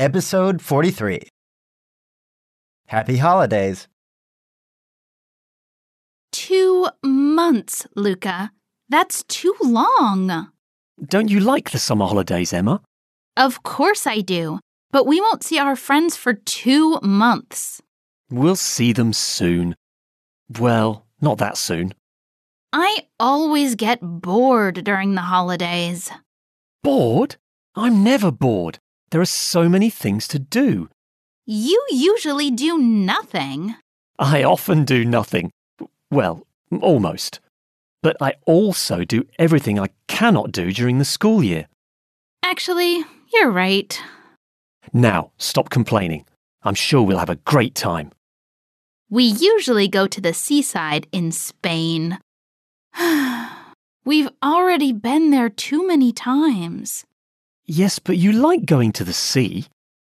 Episode 43. Happy Holidays. Two months, Luca. That's too long. Don't you like the summer holidays, Emma? Of course I do, but we won't see our friends for two months. We'll see them soon. Well, not that soon. I always get bored during the holidays. Bored? I'm never bored. There are so many things to do. You usually do nothing. I often do nothing. Well, almost. But I also do everything I cannot do during the school year. Actually, you're right. Now, stop complaining. I'm sure we'll have a great time. We usually go to the seaside in Spain. We've already been there too many times. Yes, but you like going to the sea.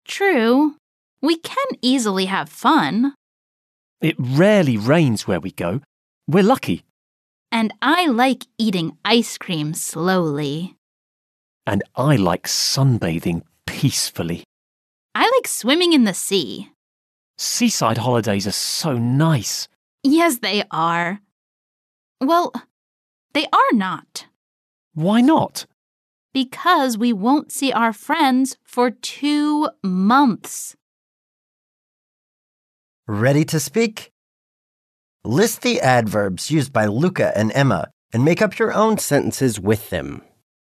True, we can easily have fun, It rarely rains where we go. We're lucky. and I like eating ice cream slowly. And I like sunbathing peacefully. I like swimming in the sea. Seaside holidays are so nice. Yes, they are. Well, they are not, Why not? because we won't see our friends for two months. Ready to speak? List the adverbs used by Luca and Emma and make up your own sentences with them.